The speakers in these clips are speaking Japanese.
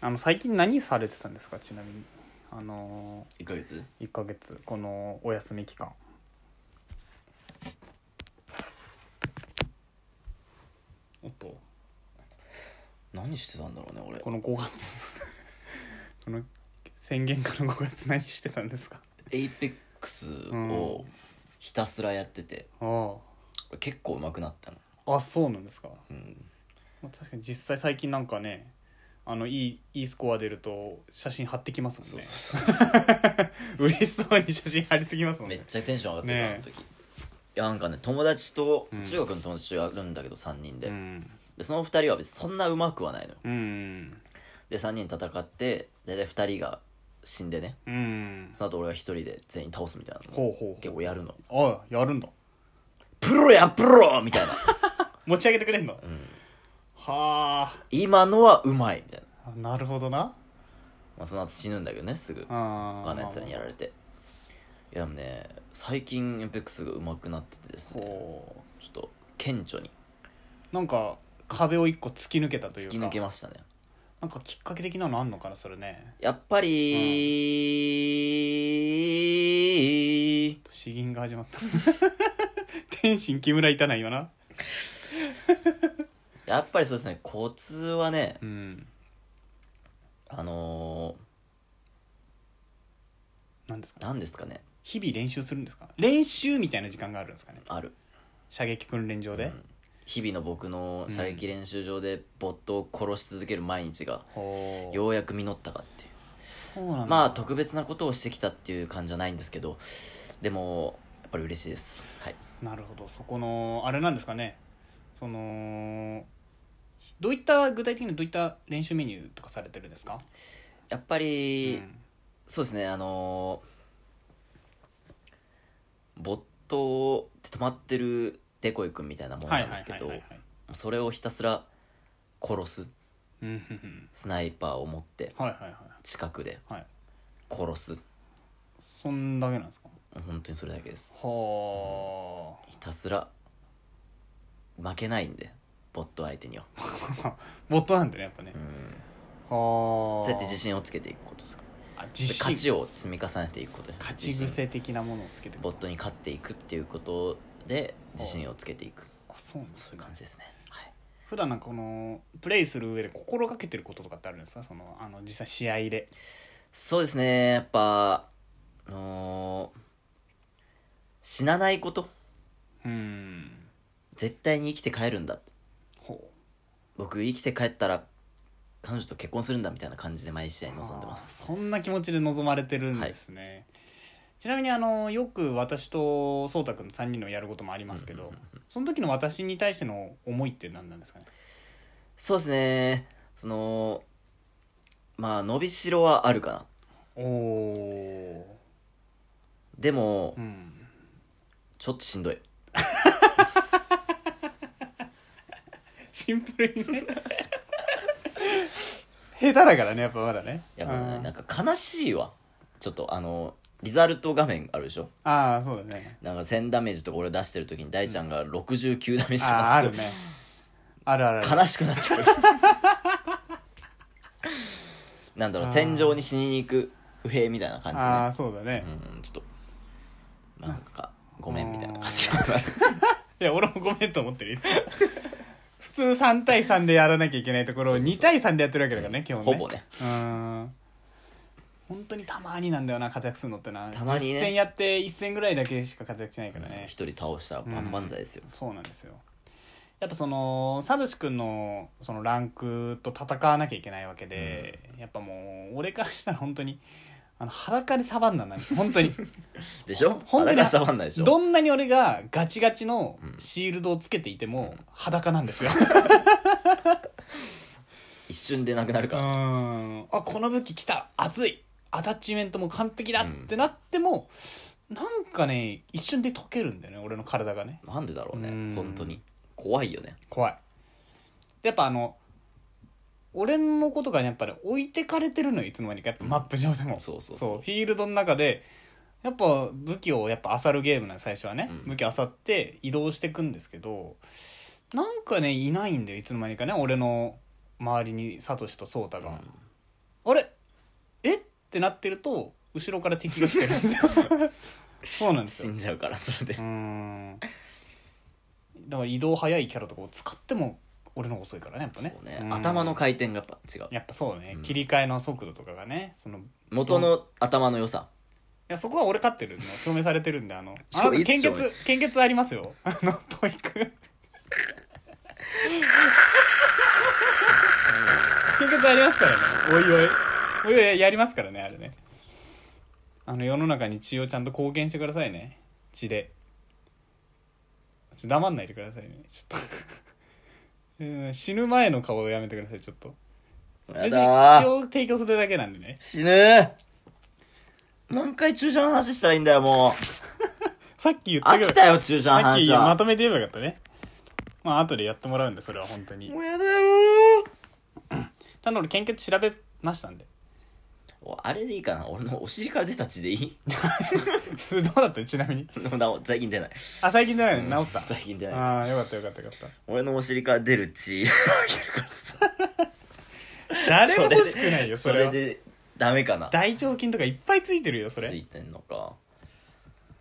あの最近何されてたんですかちなみにあの1ヶ月1ヶ月このお休み期間おっと何してたんだろうね俺この5月 この宣言から5月何してたんですかエイペックスをひたすらやってて、あ俺結構上手くなったの、ああそうなんですか、うん、まあ、確かに実際最近なんかねあのいいいいスコア出ると写真貼ってきますもんそうねそうそ嬉しそうに写真貼りてきますもうんめねっちゃテンション上がってるねあの時、いやなんかね友達とうん中学の友達とやるんだけど3人で,、うんでその2人は別にそんな上手くはないのようんで3人戦って大体2人が死んでねうんその後俺が1人で全員倒すみたいなのほうほう結構やるのああやるんだプロやプロみたいな、持ち上げてくれんのうん、は今のはうまいみたいな、あなるほどなまあ、その後死ぬんだけどねすぐあ他のやつらにやられれていやでもね最近エンペックスが上手くなっててですねほちょっと顕著にうなんか壁を一個突き抜けたという突かき抜けましたねなんかきっかけ的なのあんのかなそれねやっぱり、詩吟が始まった 天心木村いたないよなやっぱりそうですねコツはねうんあのなんですかー、何ですかね日々練習するんですか練習みたいな時間があるんですかねある射撃訓練場で、うん日々の僕の射撃練習場でボットを殺し続ける毎日がほうようやく実ったかっていうそうなんだまあ特別なことをしてきたっていう感じじゃないんですけどでもやっぱり嬉しいですはいなるほどそこのあれなんですかねそのどういった具体的にどういった練習メニューとかされてるんですか、やっぱうり、んそうですねあのーボットで止まってるデコイ君みたいなものはいなはんいではすいけはいどはいそれをひたすら殺すうんうんうんスナイパーを持ってはいはいはい近くではい殺すそんだけなんですか本当にそれだけですはひたすら負けないんでボット相手にはあボットなんでねやっぱねう、はんあそうやって自信をつけていくことですかあ自信勝ちを積み重ねていくことで勝ち自信癖的なものをつけてボットに勝っていくっていうことで自信をつけていくあそうなんですそういねう感じですねはい普段なんかこのプレイする上で心がけてることとかってあるんですかそのあの実際試合でそうですねやっぱあのー死なないことうん絶対に生きて帰るんだほ僕生きて帰ったら彼女と結婚するんだみたいな感じで毎試合う臨んでますあーそんな気持ちで望まれてるんですね、ちなみにあのよく私と颯太君の3人のやることもありますけど、うんうんその時の私に対しての思いって何なんですかねそうですねそのまあ伸びしろはあるかなおおでもうんちょっとしんどいシンプルに ね下手だからねやっぱまだねやっぱねうんなんか悲しいわちょっとあのリザルト画面あるでしょああそうだねなんか1000ダメージとか俺出してる時に大ちゃんが69ダメージとああかあるねあるあるある悲しくなって くるなんだろあうー戦場に死にに行く不平みたいな感じあねあそうだね、うんちょっとまあなんかごめんみたいな 感じういや俺もごめんと思ってるいつも普通3対3でやらなきゃいけないところをそうそうそう2対3でやってるわけだからね、ん基本ねほぼねうーん本当にたまになんだよな活躍するのってなたまにね10戦やって1戦ぐらいだけしか活躍しないからね、一人倒したら万々歳ですよそうなんですよやっぱそのサルシ君のそのランクと戦わなきゃいけないわけで、やっぱもう俺からしたら本当にあの裸でサバンナなんです本当にでしょほんとに腹が触んないでしょどんなに俺がガチガチのシールドをつけていても裸なんですよ。一瞬でなくなるうからんあこの武器来た熱いアタッチメントも完璧だってなっても、なんかね一瞬で溶けるんだよね俺の体がねなんでだろうねうん本当に怖いよね怖いでやっぱあの俺のことがねやっぱり置いてかれてるのよいつの間にかやっぱマップ上でも、そうそうそうフそィールドの中でやっぱ武器をやっぱ漁るゲームなんです最初はね、う武ん器漁って移動していくんですけどなんかねいないんだよいつの間にかね俺の周りにサトシとソータが、あれえってなってると後ろから敵が来てるんですよ そうなんです死よんじゃうからそうれでーんだから移動早いキャラとかを使っても俺の方が遅いからねやっぱねそうねうん頭の回転がやっぱ違うやっぱそうね、うん切り替えの速度とかがねそのい元の頭の良さやそこは俺勝ってるの証明されてるんであのあ そなうたいつ献血証献血ありますよ あのトイック献血ありますからねおいおいおいおいやりますからねあれねあの世の中に血をちゃんと貢献してくださいね血でちょっと黙んないでくださいねちょっと うん死ぬ前の顔をやめてくださいちょっと別やにだ血ーを提供するだけなんでね死ぬ何回注射の話したらいいんだよもうさっき言った飽けどきたよ注射のさっき話はまとめて言えばよかったねまあ後でやってもらうんでそれは本当にもうやだよただ俺献血調べましたんで おあれでいいかな俺のお尻から出た血でいい どうだったちなみにでもなお最近出ないあ最近じゃないの治った、最近出ないああよかったよかったよかっ俺のお尻から出る血た誰も欲しくないよそそれれはでダメかな大腸菌とかいっぱいついてるよそれつういてんのか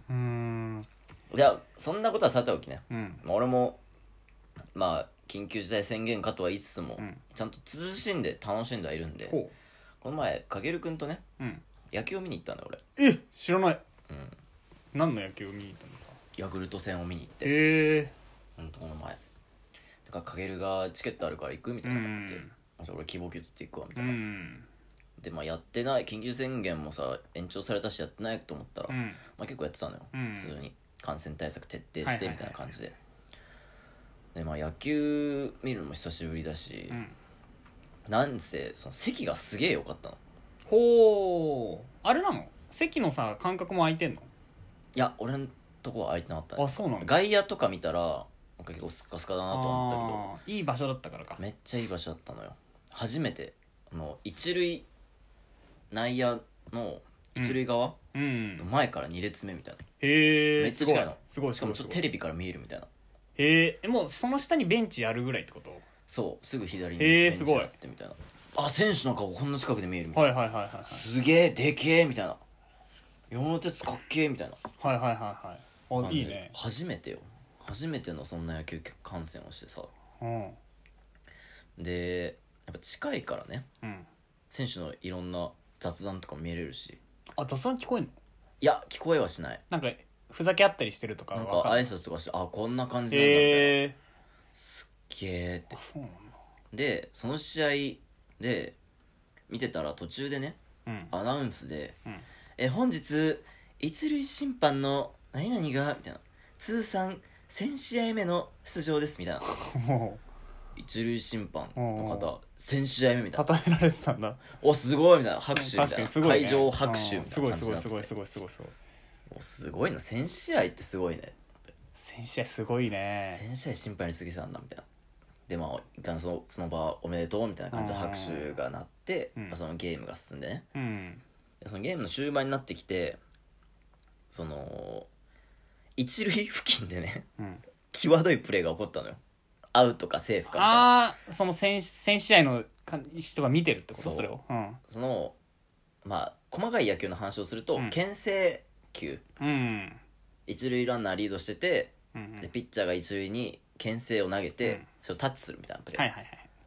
ーんいやそんなことはさておきねうんまあ俺もまあ緊急事態宣言かとは言いつつも、うんちゃんと慎んで楽しんではいるんでこほの前かげるくんとねう、うん、野球を見に行ったんだよ俺え知らない、うん何の野球を見に行ったのかヤクルト戦を見に行ってへほんとこの前だからかげるがチケットあるから行くみえたういなのって、んあじゃあ俺希望球取っていくわみうたいな、んでまあやってない緊急宣言もさ延長されたしやってないと思ったら、うまんあ、結構やってたのよ、うん普通に感染対策徹底してはいはいはいみたいな感じで、でまあ野球見るのも久しぶりだし、うんなんせその席がすげえ良かったのほうあれなの席のさ間隔も空いてんのいや俺のとこは空いてなかったねあそうなんだ外野とか見たらなんか結構スッカスカだなと思ったけどあーいい場所だったからかめっちゃいい場所だったのよ初めてあの一塁内野の一塁側うんの前から2列目みたいな、へえめっちゃ近いのすごいしすかごもいちすょっごといテレビから見えるみたいなへーえもうその下にベンチあるぐらいってことそうすぐ左にへーベンチすごいがあってみたいな、あ選手の顔こんな近くで見えるみたいな、はいはいはいはいすげえでけえみたいな山手鉄かっけえみたいなはいはいはいはいあいいね初めてよ初めてのそんな野球観戦をしてさうんでやっぱ近いからねうん選手のいろんな雑談とか見えれるしあ雑音聞こえんのいや聞こえはしないなんかふざけ合ったりしてるとかなんかわ挨い拶とかしてあこんな感じなんだみたいな、へえすっげえってあそうなんだでその試合で見てたら途中でねうんアナウンスでうん「え本日一塁審判の何々が」みたいな「通算1000試合目の出場です」みたいなも一塁審判おうのお方1000試合目みうたいな称えられてたんだ「おすごい」みたいな拍手み確かたいになすごいね会場拍手うんみたすいなごい感すじにごいなっすてごいすてごいすごいすごいおすごいな1000試合ってすごいね先試合すごいね1000試合審判に過ぎてたんだみたいなでまあ一旦そのその場おめでとうみたいな感じで拍手が鳴って、うんまあそのゲームが進んでねうんでそのゲームの終盤になってきてその一塁付近でね うん際どいプレーが起こったのよアウトかセーフかみたいなああその先先試合のか人が見てるってことそうそれをうんそのまあ細かい野球の話をすると、うん牽制球うん一塁ランナーリードしてて、うんうんでピッチャーが一塁に牽制を投げて、うんそれをタッチするみたいなプレー、はいはい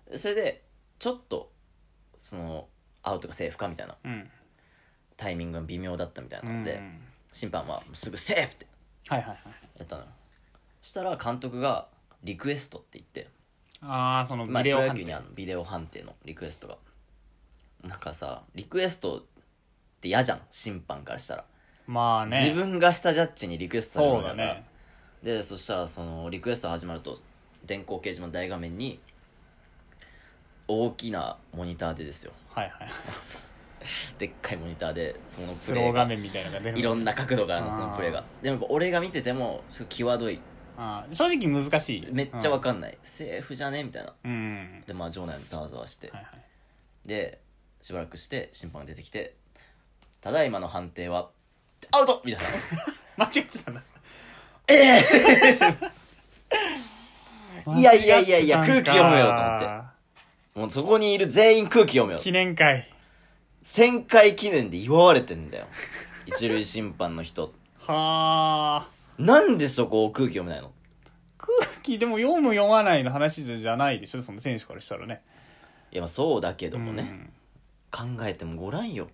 はいそれでちょっとそのアウトかセーフかみたいなうんタイミングが微妙だったみたいなうんので、審判はすぐセーフってはいはいはいやったのよそしたら監督がリクエストって言って、ああそのまあ、ビデプオロ野判球に定あのビデオ判定のリクエストがなんかさリクエストって嫌じゃん審判からしたら、まあね自分がしたジャッジにリクエストされるそわうけだだからねでそしたらそのリクエスト始まると電光掲示板大画面に大きなモニターでですよはいはいでっかいモニターでそのスプロレーー画が面みたいなのが出るいろんな角度からのそのプレーあがでもやっぱ俺が見ててもすごい際どいあー正直難しいめっちゃわかんない、セーフじゃねみたいなうんうんでまあ場内もざわざわして、はいはいでしばらくして審判が出てきて「ただいまの判定はアウト!」みたい 間な違ってたんだ「ええいやいやいやいや、間違空ってた気んか読めよと思って。もうそこにいる全員空気読めよ。記念会1000回記念で祝われてんだよ。一塁審判の人。はあなんでそこを空気読めないの空気でも読む読まないの話じゃないでしょその選手からしたらねいや、まあそうだけでどもね。考えてもごらんよ。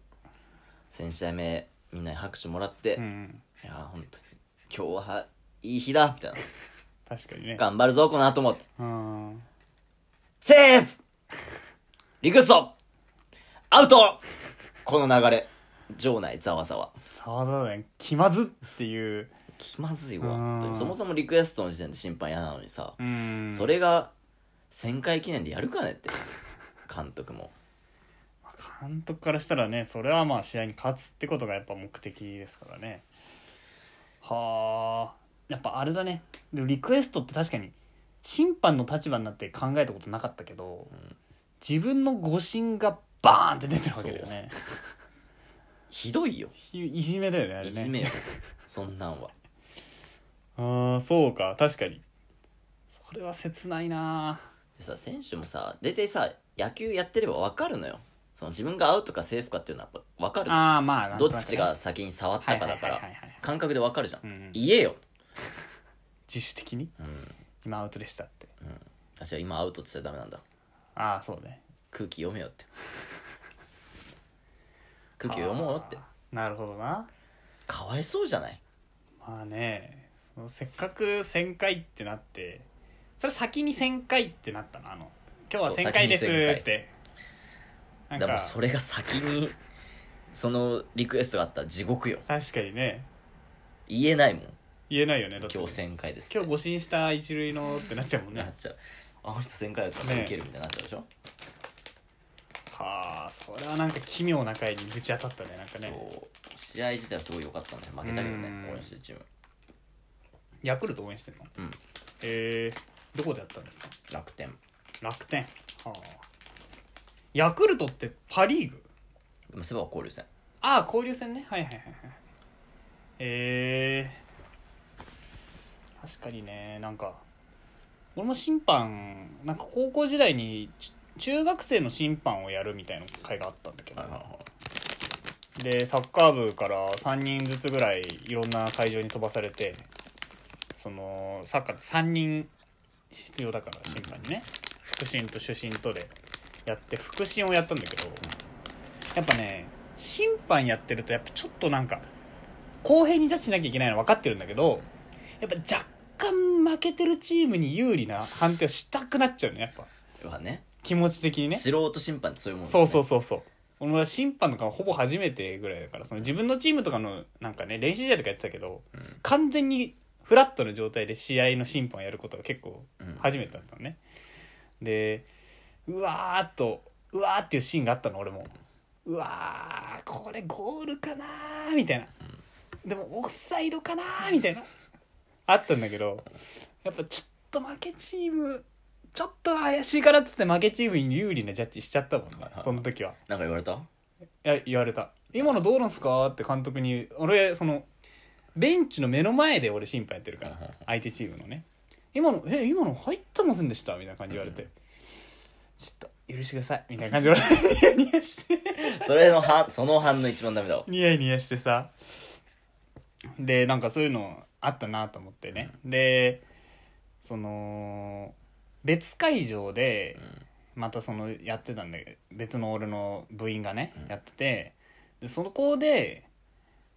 1000試合目、みんなに拍手もらって、うん、ういんやー、ほんとに、今日は、いい日だみたいな。確かにね頑張るぞ、この後も。うんセーフリクエストアウトこの流れ。場内ざわざわ。ざわざわだね気まずっていう気まずいわうん本当にそもそもリクエストの時点で審判嫌なのにさ、うんそれが1000回記念でやるかねって監督も監督からしたらねそれはまあ試合に勝つってことがやっぱ目的ですからねはあやっぱあれだねでもリクエストって確かに審判の立場になって考えたことなかったけど、ん自分の誤審がバーンって出てるわけだよねひどいよ、いいじめだよねあれいねじめよそんなんはああそうか確かにそれは切ないなでさ選手もさ大体さ野球やってれば分かるのよその自分がアウトかセーフかっていうのはやっぱ分かるのああまあなんとどなくねっちが先に触ったかだはかいはらいはいはいはい感覚で分かるじゃうん、んうん言えよ、自主的にうん、今アウトでしたって私は今アウトって言ったらダメなんだああそうね空気読め よって空気読もうよってあーなるほどなかわいそうじゃないまあねそのせっかく1000回ってなってそれ先に1000回ってなったのあの今日はそう1000回です先に1000回ってなんでかもそれが先にそのリクエストがあったら地獄よ確かにね言えないもん言えないよねだ今って日1000回ですって今日誤審した一塁のってなっちゃ うもんなねっちゃうあの人1000回だったらねいけるみたいになっちゃうでしょ、はあそれはなんか奇妙な回にぶち当たったねなんかねそう試合自体はすごい良かったね負けたけどねうん応援してるチームヤクルト応援してんのうんえー、どこでやったんですか楽天楽天はあヤクルトってパ・リーグでもセバは交流戦ああ交流戦ねはいはいはいはいえー、確かにねなんか俺も審判なんか高校時代にち中学生の審判をやるみたいな会があったんだけど、はいはいはいでサッカー部から3人ずつぐらいいろんな会場に飛ばされてそのサッカーって3人必要だから審判にね副審と主審とでやって副審をやったんだけどやっぱね審判やってるとやっぱちょっとなんか公平にジャッジしなきゃいけないの分かってるんだけどやっぱ若干負けてるチームに有利な判定をしたくなっちゃうねやっぱ要はね気持ち的にね素人審判ってそういうもんだそようねそうそうそう俺は審判とかほぼ初めてぐらいだからその自分のチームとかのなんかね練習試合とかやってたけど、うん完全にフラットな状態で試合の審判をやることが結構うん初めてだったのね、でうわーっとうわーっていうシーンがあったの俺もうわーこれゴールかなーみたいな、でもオフサイドかなーみたいなあったんだけどやっぱちょっと負けチームちょっと怪しいからっつって負けチームに有利なジャッジしちゃったもんねはいはいはいその時はなんか言われた いや言われた「今のどうなんすか?」って監督に俺そのベンチの目の前で俺審判やってるかはらいはいはい相手チームのね「今のえ今の入ってませんでした」みたいな感じで言われて「ちょっと許してください」みたいな感じで俺 ニヤニヤしてそれのはその反応一番ダメだわニヤニヤしてさでなんかそういうのあったなと思ってねでその別会場でうんまたそのやってたんだけど別の俺の部員がね、うんやっててでそこで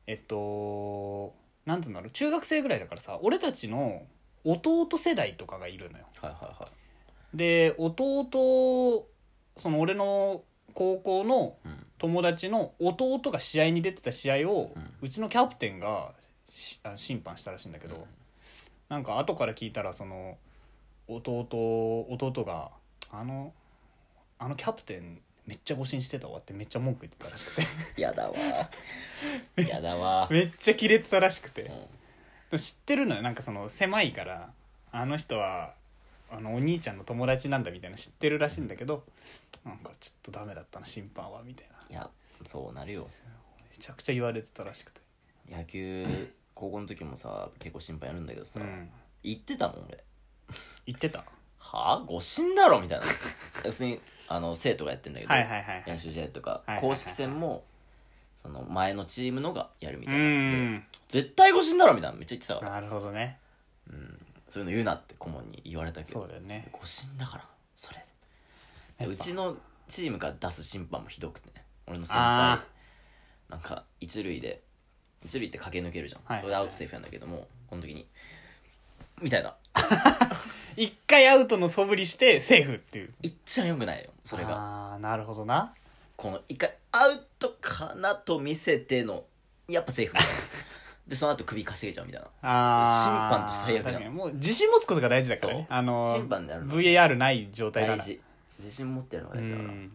えっとなんつうんだろう中学生ぐらいだからさ俺たちの弟世代とかがいるのよはいはいはで弟その俺の高校のいうん友達の弟が試合に出てた試合を、ううんちのキャプテンがしあ審判したらしいんだけど、うんなんか後から聞いたらその弟弟が「あのあのキャプテンめっちゃ誤審してたわ」ってめっちゃ文句言ってたらしくてやだわ やだわめっちゃキレてたらしくて、うん知ってるのよなんかその狭いからあの人はあのお兄ちゃんの友達なんだみたいなの知ってるらしいんだけど、なんかちょっとダメだったな審判はみたいないやそうなるよめちゃくちゃ言われてたらしくて。野球高校の時もさ結構審判やるんだけどさ、うん言ってたもん俺言ってたはあ誤信だろみたい な普通にあの生徒がやってんだけど、はいはいはいはい練習試合とか、はいはいはい公式戦もその前のチームのがやるみうたいなでん絶対誤信だろみたいなめっちゃ言ってたから、なるほどねうん、そういうの言うなって顧問に言われたけそうどだよね誤信だからそれやっぱうちのチームから出す審判もひどくてね俺の先輩あなんか一塁で一塁って駆け抜けるじゃん、はいはいはいそれでアウトセーフなんだけどもこの時にみたいなー一回アウトの素振りしてセーフっていういっちゃよくないよそれがああーなるほどなこの一回アウトかなと見せてのやっぱセーフみたいなでその後首かしげちゃうみたいなあー審判と最悪じゃん確かにもう自信持つことが大事だからねそうあのー審判であるの VAR ない状態な大ら事自信持ってるのがう大事だから、ん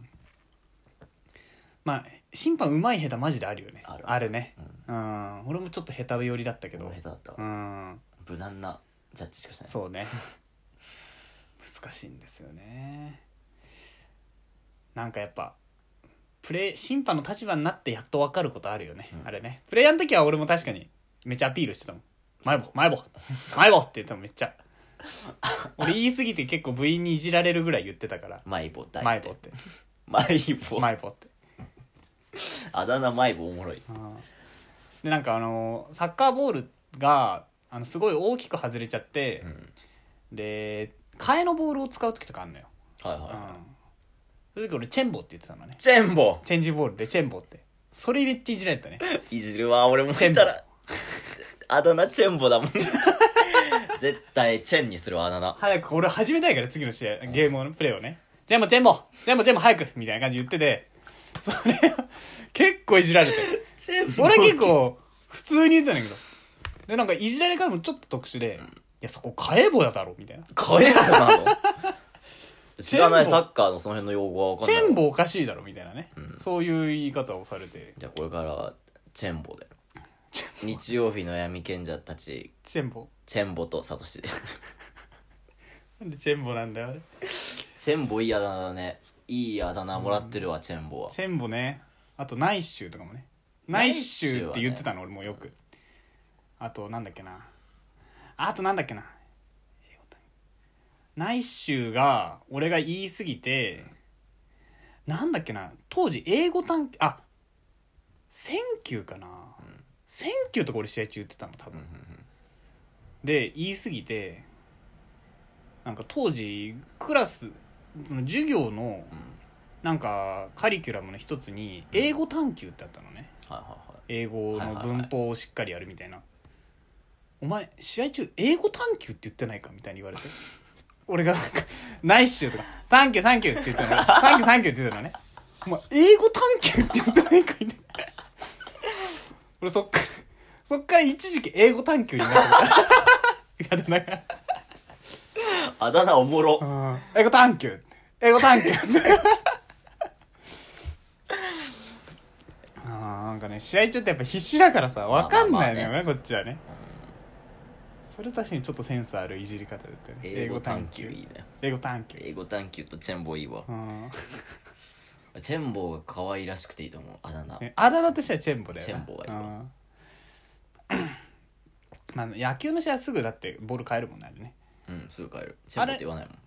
まあ審判うまい下手マジであるよねあるれねうんうん俺もちょっと下手寄りだったけ俺ども下手だったわ、うん無難なジャッジしかしないそうね難しいんですよねなんかやっぱプレー審判の立場になってやっと分かることあるよね、うんあれねプレイヤーの時は俺も確かにめっちゃアピールしてたもん前棒前棒 前棒って言ってもめっ ちゃ俺言い過ぎて結構部員にいじられるぐらい言ってたからマイボ大前棒ってマイボ前棒って、あだ名マイボおもろいうんでなんかあのサッカーボールがあのすごい大きく外れちゃってう、んで替えのボールを使う時とかあるのよはいはい、うんはその時俺チェンボって言ってたのねい、チェンボチェンジボールでチェンボってそれめっちゃいじられ たねいじるわ俺もチェン見ボたらあだ名チェンボだもん絶対チェンにするわあだ名早く俺始めたいから次の試合ゲームのプレーをねチェンボチェンボチェンボチェンボ早くみたいな感じで言っててそれを 結構いじら れてチェン俺結構普通に言ってたんだけどでなんかいじられ方もちょっと特殊で、いやそこカエボやだろみたいなカエボな の知らないチェンボサッカーのその辺の用語は分チかんないェンボおかしいだろみたいなね、うんそういう言い方をされてじゃあこれからはチェンボで日曜日の闇賢者たちチェンボチェンボとサトシでなんでチェンボなんだよあれチェンボいいあだ名だねいいあだ名もらってるわ、チェンボはチェンボねあとナイッシュとかもねナナイイッッシシュュっはねて言ってたの俺もよくあとなんだっけなあとなんだっけなナイッシュが俺が言いすぎてなんだっけな当時英語探あセンキューかな、んセンキューとか俺試合中言ってたの多うん分、うんうんで言い過ぎてなんか当時クラスその授業のうんなんかカリキュラムの一つに英語探究ってあったのねはいはいはい英語の文法をしっかりやるみたいな、お前試合中英語探究って言ってないかみたいに言われて俺がなんか「ナイスシュー」とか「サンキューサンキュー」って言ってたのサンキューサンキューって言ってたのねお前英語探究って言ってないかみたいな俺そっからそっから一時期英語探究になってたやだなんかあだ名お もろ英語探求英語探求 あーなんかね試合中ってやっぱ必死だからさ分かんないのよね,、まこっちはねそれ確かにちょっとセンスあるいじり方だったよね英語探求いいね英語探求英語探求とチェンボいいわうんチェンボが可愛らしくていいと思うあだ名ねあだ名としてはチェンボだよなチェンボがいいわうんまあ、野球の試合はすぐだってボール変えるもんねあれねうんすぐ帰るチェンボって言わないもん、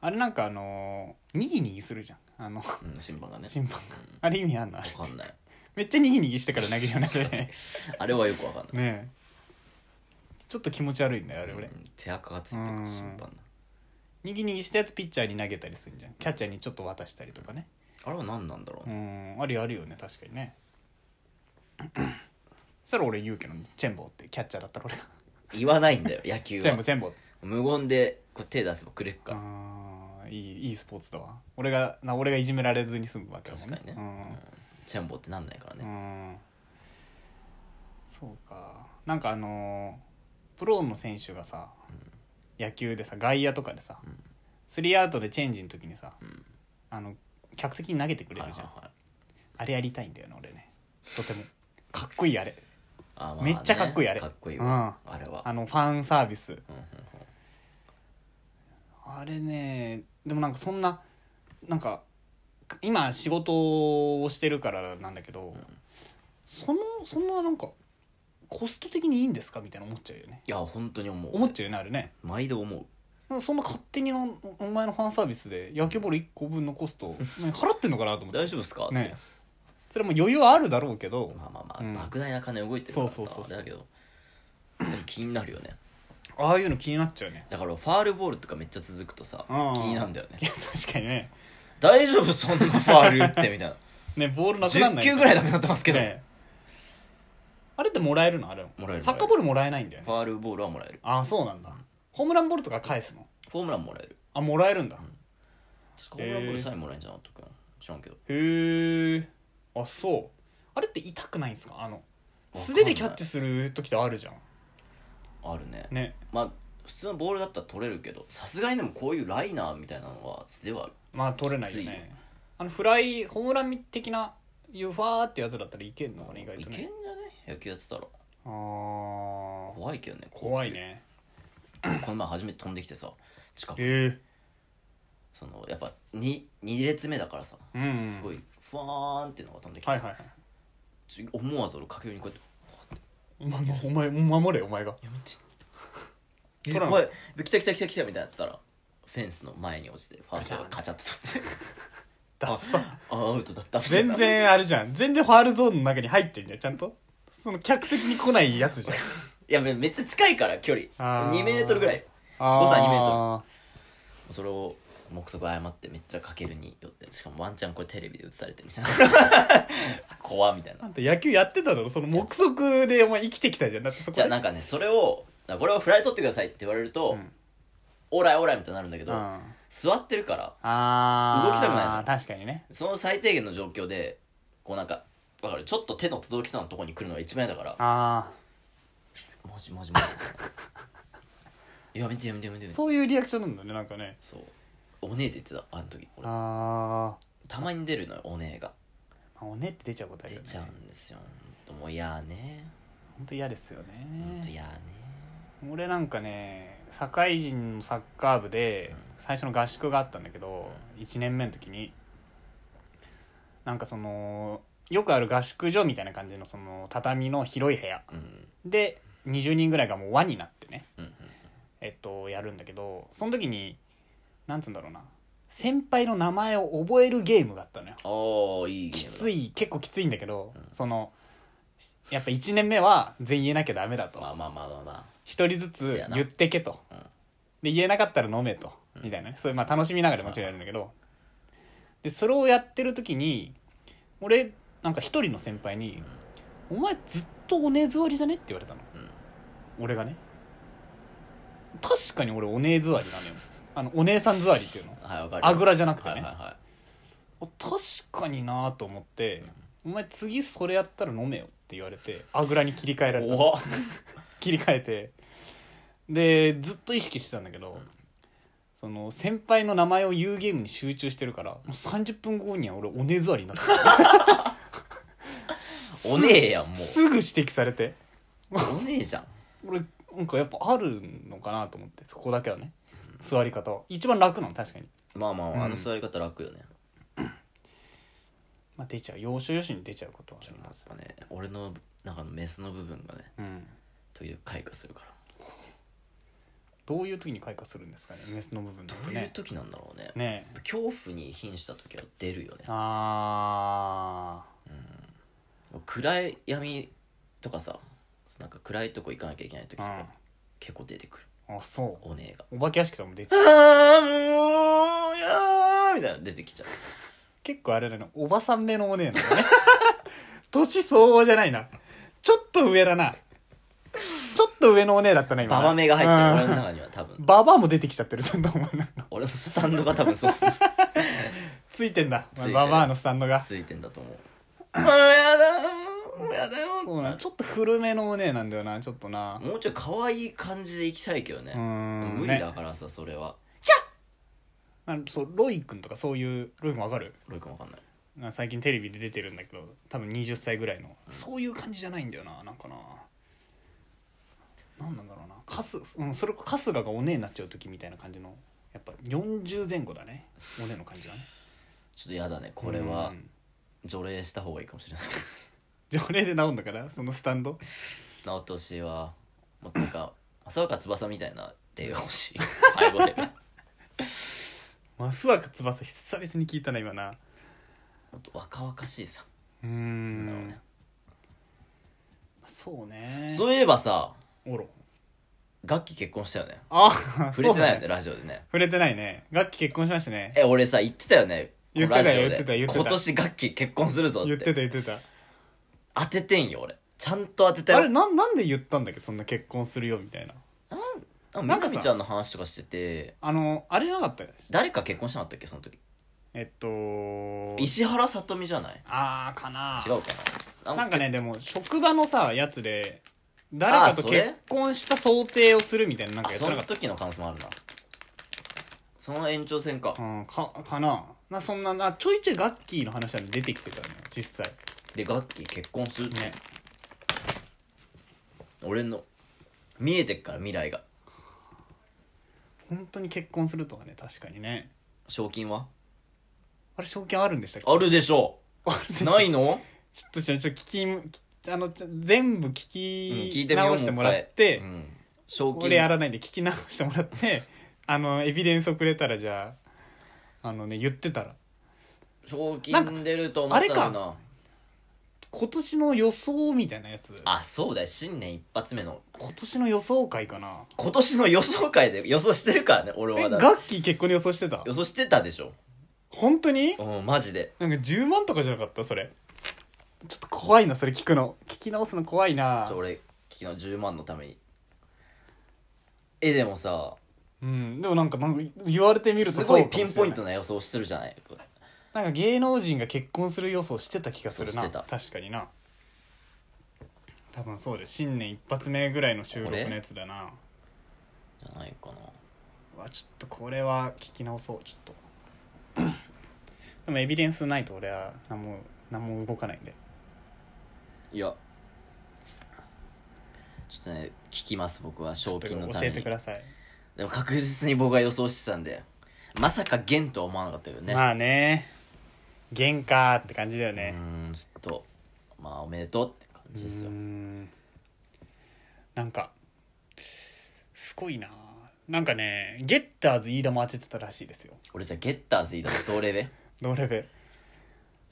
あれなんかあのー、にぎにぎするじゃんあのうん、審判がね審判があれ意味あんのあれ分かんないめっちゃにぎにぎしてから投げるようになっねあれはよく分かんないねえちょっと気持ち悪いんだよあれ俺、うん手垢がついてるうかん審判のにぎにぎしたやつピッチャーに投げたりするんじゃんキャッチャーにちょっと渡したりとかねあれは何なんだろううねんあれあるよね確かにね そしたら俺言うけどねチェンボってキャッチャーだったら俺が言わないんだよ野球チェンボはチェンボ無言でこう手出せばくれるからあーいいいいスポーツだわ俺がな俺がいじめられずに済むわけだも確んかねにね、うんチェンボってなんないからうん、ね、うんそうかなんかあのープロの選手がさ、野球でさ外野とかでさ、うんスリーアウトでチェンジの時にさ、うんあの客席に投げてくれはいるはじいゃん、はいあれやりたいんだよね俺ねと てもかっこいいあれあまあめっちゃかっこいいあれかっこいいうんわ、あれはあのファンサービスうんうんあれねでもなんかそんななんか今仕事をしてるからなんだけど、そのそんななんかコスト的にいいんですかみたいな思っちゃうよねいや本当に思う思っちゃうよねあれね毎度思うそんな勝手にのお前のファンサービスで野球ボール1個分のコス ト何払ってんのかなと思って大丈夫です か、ねそれはもう余裕はあるだろうけどってまあまあまあ、うん莫大な金動いてるからさそうそうそうそうだけどでも気になるよねああいうの気になっちゃうね だからファールボールとかめっちゃ続くとさ気うんになるんだよねいや確かにね大丈夫そんなファール打ってみた いなねボールなくなん10ない球ぐらいなくなってますけど、ねあれってもらえるのあれももらえるサッカーボールもらえないんだよフねァールボールはもらえるああそうなんだホームランボールとか返すのホームランもらえるあもらえるんだ確かホームランボールさえもらえるんじゃなかったかな知らんけどへえあそうあれって痛くないんですかあのない素手でキャッチする時ってあるじゃんあるねねまあ普通のボールだったら取れるけどさすがにでもこういうライナーみたいなのは素手はまあ取れないよきついよねあのフライホームラン的なユファーってやつだったらいけんのかね意外いとけんじゃねね野球やってたらあー怖いけどね怖いねこの前初めて飛んできてさ近くえそのやっぱ 2, 二列目だからさえうんすごいふわーんっていうのが飛んできて、はいはいはち思わず俺駆け寄りにこうやい、ってま、お前守れよお前が「やめて」え取らない怖い「来た来た来た来た」みたいなやってたらフェンスの前に落ちてファーストがカチャッと取ってダッサ「あアウトだった」みたい全な然あれじゃん全然ファールゾーンの中に入ってんじゃんちゃんとその客席に来ないやつじゃんいやめめっちゃ近いから距離あー2メートルぐらいあ 誤差2メーーそれを目測誤ってめっちゃかけるによってしかもワンチャンこれテレビで映されてみたいな 怖っみたいなあんた野球やってただろその目測でお前生きてきたじゃんだってそこでじゃあなんかねそれをだからこれをフライ取ってくださいって言われると、うんオーライオーライみたいになるんだけど、あ座ってるからあー動きたくないの確かにねその最低限の状況でこうなんかわかるちょっと手の届きそうなとこに来るのが一番嫌だからあマジマジマジやめてやめてやめてあやめてそういうリアクションなんだねなんかねそうおねえって言ってたあの時俺あたまに出るのよおねえがー、まあおねって出ちゃうことある出よねちゃうんですよほんともう嫌ね本当嫌ですよほんとね嫌ね俺なんかね社会人のサッカー部でうん最初の合宿があったんだけど、1年目の時になんかそのよくある合宿所みたいな感じのその畳の広い部屋うんで20人ぐらいがもう輪になってねうんうんえっと、やるんだけどその時になんつうんだろうな先輩の名前を覚えるゲームがあったのよおーいいゲきームだつい結構きついんだけど、うんそのやっぱ1年目は全員言えなきゃダメだとまあまあまあまあま一人ずそうつやな言ってけと、うんで言えなかったら飲めと、うんみたいなねそういう、まあ、楽しみながらもちろんやるんだけどでそれをやってる時に俺なんか一人の先輩に「お前ずっとおねえ座りじゃね?」って言われたの。あうん俺がね確かに俺お姉座りなのよあのお姉さん座りっていうのはいわかるあぐららじゃなくてね、はいはいはい確かになと思って、お前次それやったら飲めよって言われてあぐらに切り替えられた怖っ切り替えてでずっと意識してたんだけど、んその先輩の名前を言うゲームに集中してるからもう30分後には俺おね座りになってた おねえやんもすぐ指摘されてうおねえじゃん俺なんかやっぱあるのかなと思ってそこだけはね座り方は一番楽なの確かに、まあまあまあ、うんあの座り方楽よねまあ、出ちゃう要所要所に出ちゃうことはあちょりっとやまっすぱね俺の中のメスの部分がねうんという開花するからどういう時に開花するんですかねメスの部分だどとういうね時なんだろうねねえ恐怖に瀕した時は出るよねあ暗い闇とかさなんか暗いとこ行かなきゃいけない時とうんか結構出てくるーあそおねえがうお化け屋敷とかも出「てああもうやー」みたいなの出てきちゃう結構あれだねおばさん目のお姉な んだね年相応じゃないなちょっと上だなちょっと上のお姉だったな今ババ目が入ってる俺のる中には多分ババアも出てきちゃってるそんなお前なんか俺のスタンドが多分そうついてんだついてるババアのスタンドがついてんだと思う「あーやだーもうやだよー」そうなんちょっと古めのお姉なんだよなちょっとなもうちょい可愛い感じで行きたいけどうねーん無理ねだからさそれはあのそうロイ君とかそういうロイ君わかるロイ君わかんないな最近テレビで出てるんだけど多分20歳ぐらいのそういう感じじゃないんだよななんかななんなんだろうなカス、うん、それこそ春日がお姉になっちゃう時みたいな感じのやっぱ40前後だねお姉の感じだねちょっとやだねこれはうん除霊した方がいいかもしれない条例で治んだからそのスタンド 治ってほしいわもっとなんか浅岡翼みたいな例が 欲しい背後例が増若翼久々に聞いたな今なもっと若々しいさうーなるほんどねそうねそういえばさおろ楽器結婚したよねあ触れてないそうだよねねラジオでね触れてないね楽器結婚しましたねえ俺さ言ってたよね言ってたよこのラジオで言ってた言ってた今年楽器結婚するぞ言っっててた言ってた当ててんよ俺ちゃんと当てたあれよなんなんで言ったんだっけそんな結婚するよみたいなあなん三かさ上ちゃんの話とかしててあのあれじゃなかった誰か結婚しなかったっけその時えっと石原さとみじゃないああかな違うかななんかねでも職場のさやつで誰かとあそれ結婚した想定をするみたいななんあかやってそなのかった時の可能性もあるなその延長戦かうんかかななそんななちょいちょいガッキーの話はね出てきてたね実際で楽器結婚するって、ね俺の見えてっから未来が本当に結婚するとはね確かにね賞金はあれ賞金あるんでしたっけあるでしょあるでしうょな いのちょっとちょっと聞ききあのちょ全部うん聞聞いきてみよう直してもらっうて、一回うん賞俺や金らないんで聞き直してもら ってあのエビデンスをくれたらじゃああのね言ってたら賞金出ると思ったのにな今年の予想みたいなやつあそうだよ新年一発目の今年の予想会かな今年の予想会で予想してるからね俺えはだガッキー結婚の予想してた予想してたでしょ本当にうんマジでなんか10万とかじゃなかったそれちょっと怖いなそれ聞くの聞き直すの怖いなちょ俺昨日10万のためにえでもさうんでもなんかなんか言われてみるとすごいそうかもしピれなンポイントな予想してるじゃないなんか芸能人が結婚する予想してた気がするなそうしてた確かにな多分そうです新年一発目ぐらいの収録のやつだなじゃないかなうわちょっとこれは聞き直そうちょっと でもエビデンスないと俺は何も何も動かないんでいやちょっとね聞きます僕はちょ賞っと金教のためえにてください、でも確実に僕は予想してたんでまさか元とは思わなかったけどね、まあね原価って感じだようねーんちょっとまあおめでとうって感じですようーんなんかすごいななんかねゲッターズ飯田も当ててたらしいですよ俺じゃあゲッターズいいだろ同レベどれべ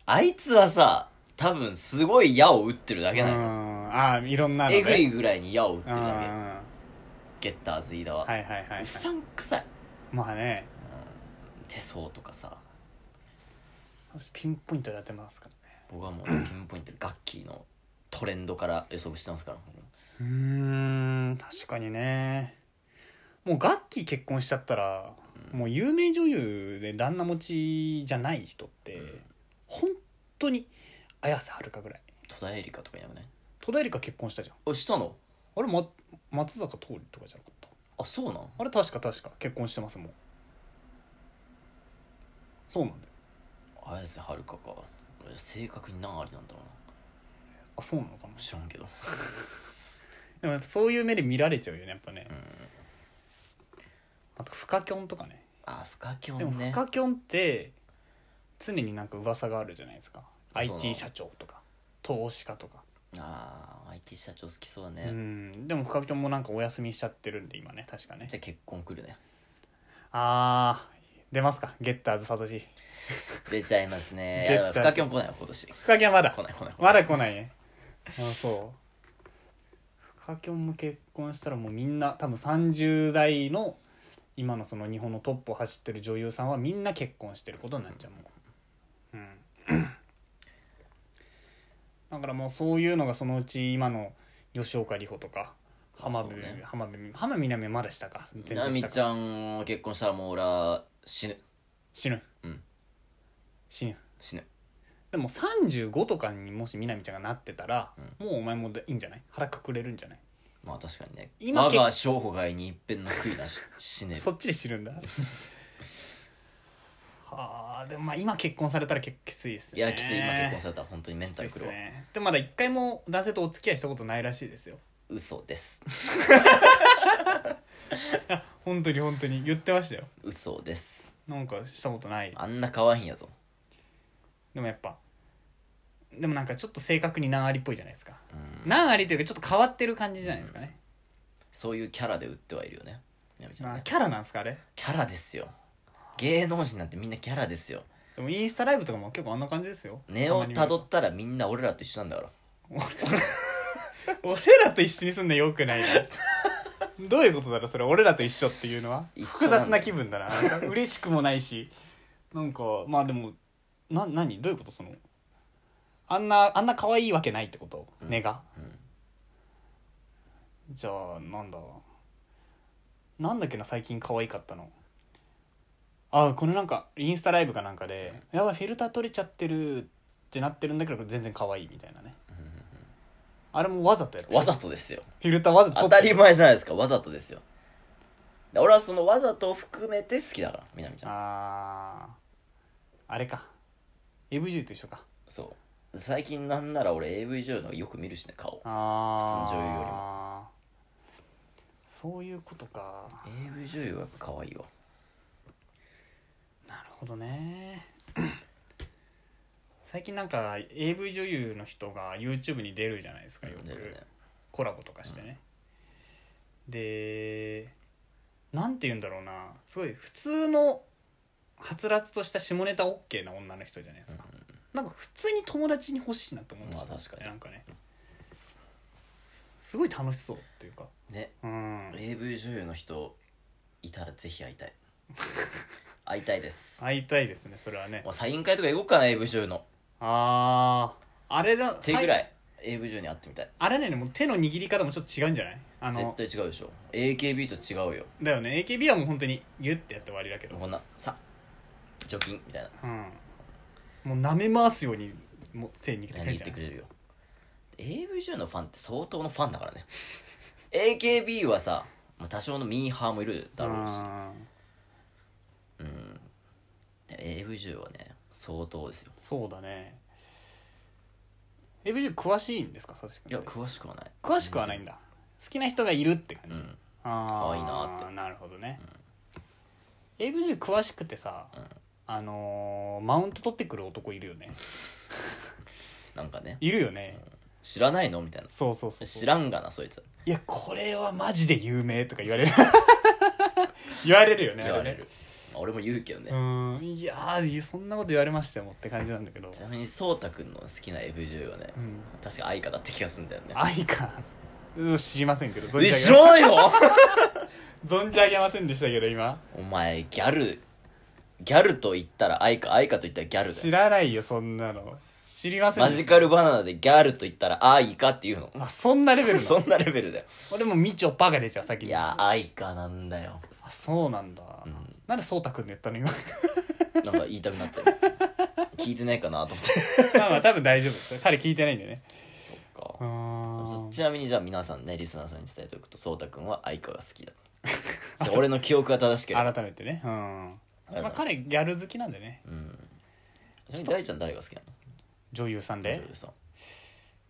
あいつはさ多分すごい矢を打ってるだけなうのんああいろんなのねえぐいぐらいに矢を打ってうんるうんだはけゲッターズいいだいは、はいはい、はいうさんくさい、まあねうん、手相とかさ私ピンポイントで当てますからね僕はもうピンポイントでガッキーのトレンドから予測してますからうーん確かにねもうガッキー結婚しちゃったら、もう有名女優で旦那持ちじゃない人って、うん本当に綾瀬はるかぐらい戸田恵梨香とかいなくない戸田恵梨香結婚したじゃんあしたのあれ、ま、松坂桃李とかじゃなかったあそうなんあれ確か確か結婚してますもんそうなんだよ綾瀬はるかか俺正確に何ありなんだろうあそうなのかなな知らんけどでもやっぱそういう目で見られちゃうよねやっぱね、うんあとフカキョンとかねあフカキでョもンフねカキョンって常になんか噂があるじゃないですかそうなの IT 社長とか投資家とか、あー IT 社長好きそうだうねんでもフカキョンもなんかお休みしちゃってるんで今ね確かねじゃあ結婚来るねあー出ますかゲッターズサトシ出ちゃいますね絶対やばいフカキョン来ないわ今年来フカキョンはまだない来ないまだ来ないねあそうフカキョンも結婚したらもうみんな多分30代の今のその日本のトップを走ってる女優さんはみんな結婚してることになっちゃうもううんだからもうそういうのがそのうち今の吉岡里帆とかあ浜辺、そうね浜辺浜辺美波はまだしたか全な然しみたちかゃん結婚したらもう俺は死ぬ死ぬ、うん死ぬ死ぬでも35とかにもしみなみちゃんがなってたら、うもうお前もいいんじゃない腹くくれるんじゃないまあ確かにね今今我結が正保外に一遍の悔いなし死ねそっちで知るんだはあでもまあ今結婚されたら結構きついですいねやきつい今結婚されたら本当にメンきつタいルでくするわねでもまだ一回も男性とお付き合いしたことないらしいですよ嘘です本当に本当に言ってましたよ嘘ですなんかしたことないあんな可愛いんやぞでもやっぱでもなんかちょっと性格に難ありっぽいじゃないですかうん難ありというかちょっと変わってる感じじゃないですかね、そういうキャラで売ってはいるよねみなみちゃんね、まあキャラなんすかあれキャラですよ芸能人なんてみんなキャラですよでもインスタライブとかも結構あんな感じですよ根をたどったらみんな俺らと一緒なんだからたまに見ると俺らと一緒にすんのよく ないなどういうことだろうそれ俺らと一緒っていうのは一緒複なんだ雑な気分だななんか嬉しくもないしなんかまあでもな何どういうことそのあんなあんな可愛いわけないってことうん根が、うんじゃあなんだなんだっけな最近可愛かったのあこのなんかインスタライブかなんかで「やばいフィルター取れちゃってる」ってなってるんだけど全然可愛いみたいなねあれもわざとやってるわざとですよフィルターわざと取当ったてりる前じゃないですかわざとですよで俺はそのわざとを含めて好きだからみなみちゃんあーあれか AV 女優と一緒かそう最近なんなら俺 AV 女優の方がよく見るしね顔ああ普通の女優よりそういうことか AV 女優はやっぱ可愛いわなるほどね 最近なんか AV 女優の人が YouTube に出るじゃないですかよく、出るねコラボとかしてね、でなんて言うんだろうなすごい普通のはつらつとした下ネタ OK な女の人じゃないですか、なんか普通に友達に欲しいなと思ってまあ確かになんかねすすごい楽しそうっていうかねうん、 AV 女優の人いたらぜひ会いたい会いたいです会いたいですねそれはねもうサイン会とか行こうかな AV 女優のあああれだっていうぐら最い AV 女優に会ってみたいあれねもう手の握り方もちょっと違うんじゃないあ絶の対違うでしょ AKB と違うよだよね AKB はもう本当にギュッてやって終わりだけどこんなさ除菌みたいなうん、もう舐め回すようにもう手に握ってくれ何る言っじゃてんくれるよ AV 女優のファンって相当のファンだからね AKB はさまあ多少のミーハーもいるだろうしうんうんで AV 女優はね相当ですよそうだね AVG 詳しいんですか佐々木いや君詳しくはない詳しくはないんだ好きな人がいるって感うじ、んああ可愛いなってなるほどね、AVG 詳しくてさ、うんあのーマウント取ってくる男いるよねなんかねいるよね、知らないのみたいなそうそうそうそう知らんがなそいついやこれはマジで有名とか言われる 言われるよねあ言われねる、まあ俺も言うけどね、うんいやーそんなこと言われましたよもって感じなんだけどちなみに颯太君の好きな AV 女優はね、うん確か愛花だって気がするんだよね愛かうん知りませんけど存えじ知上げらないの存じ上げませんでしたけど今お前ギャルギャルと言ったら愛花愛花と言ったらギャルだ知よらないよそんなの知りませんマでジしカたルバナナでギャルと言ったら愛花って言うのあそんなレベル そのんなレベルだよ俺もみちょぱが出ちゃう先いにや愛花なんだよ、あそうなんだ、うん、なんで颯太君で言ったの今なんか言いたくなったよ聞いてないかなと思って まあまあ多分大丈夫です 彼聞いてないんでねそっうかーんちなみにじゃあ皆さんねリスナーさんに伝えておくと颯太君は愛花が好きだ そう俺の記憶が正しければ改めてねうんまあ彼ギャル好きなんでねうんちなみに大ちゃん誰が好きなの女優さん女で優さ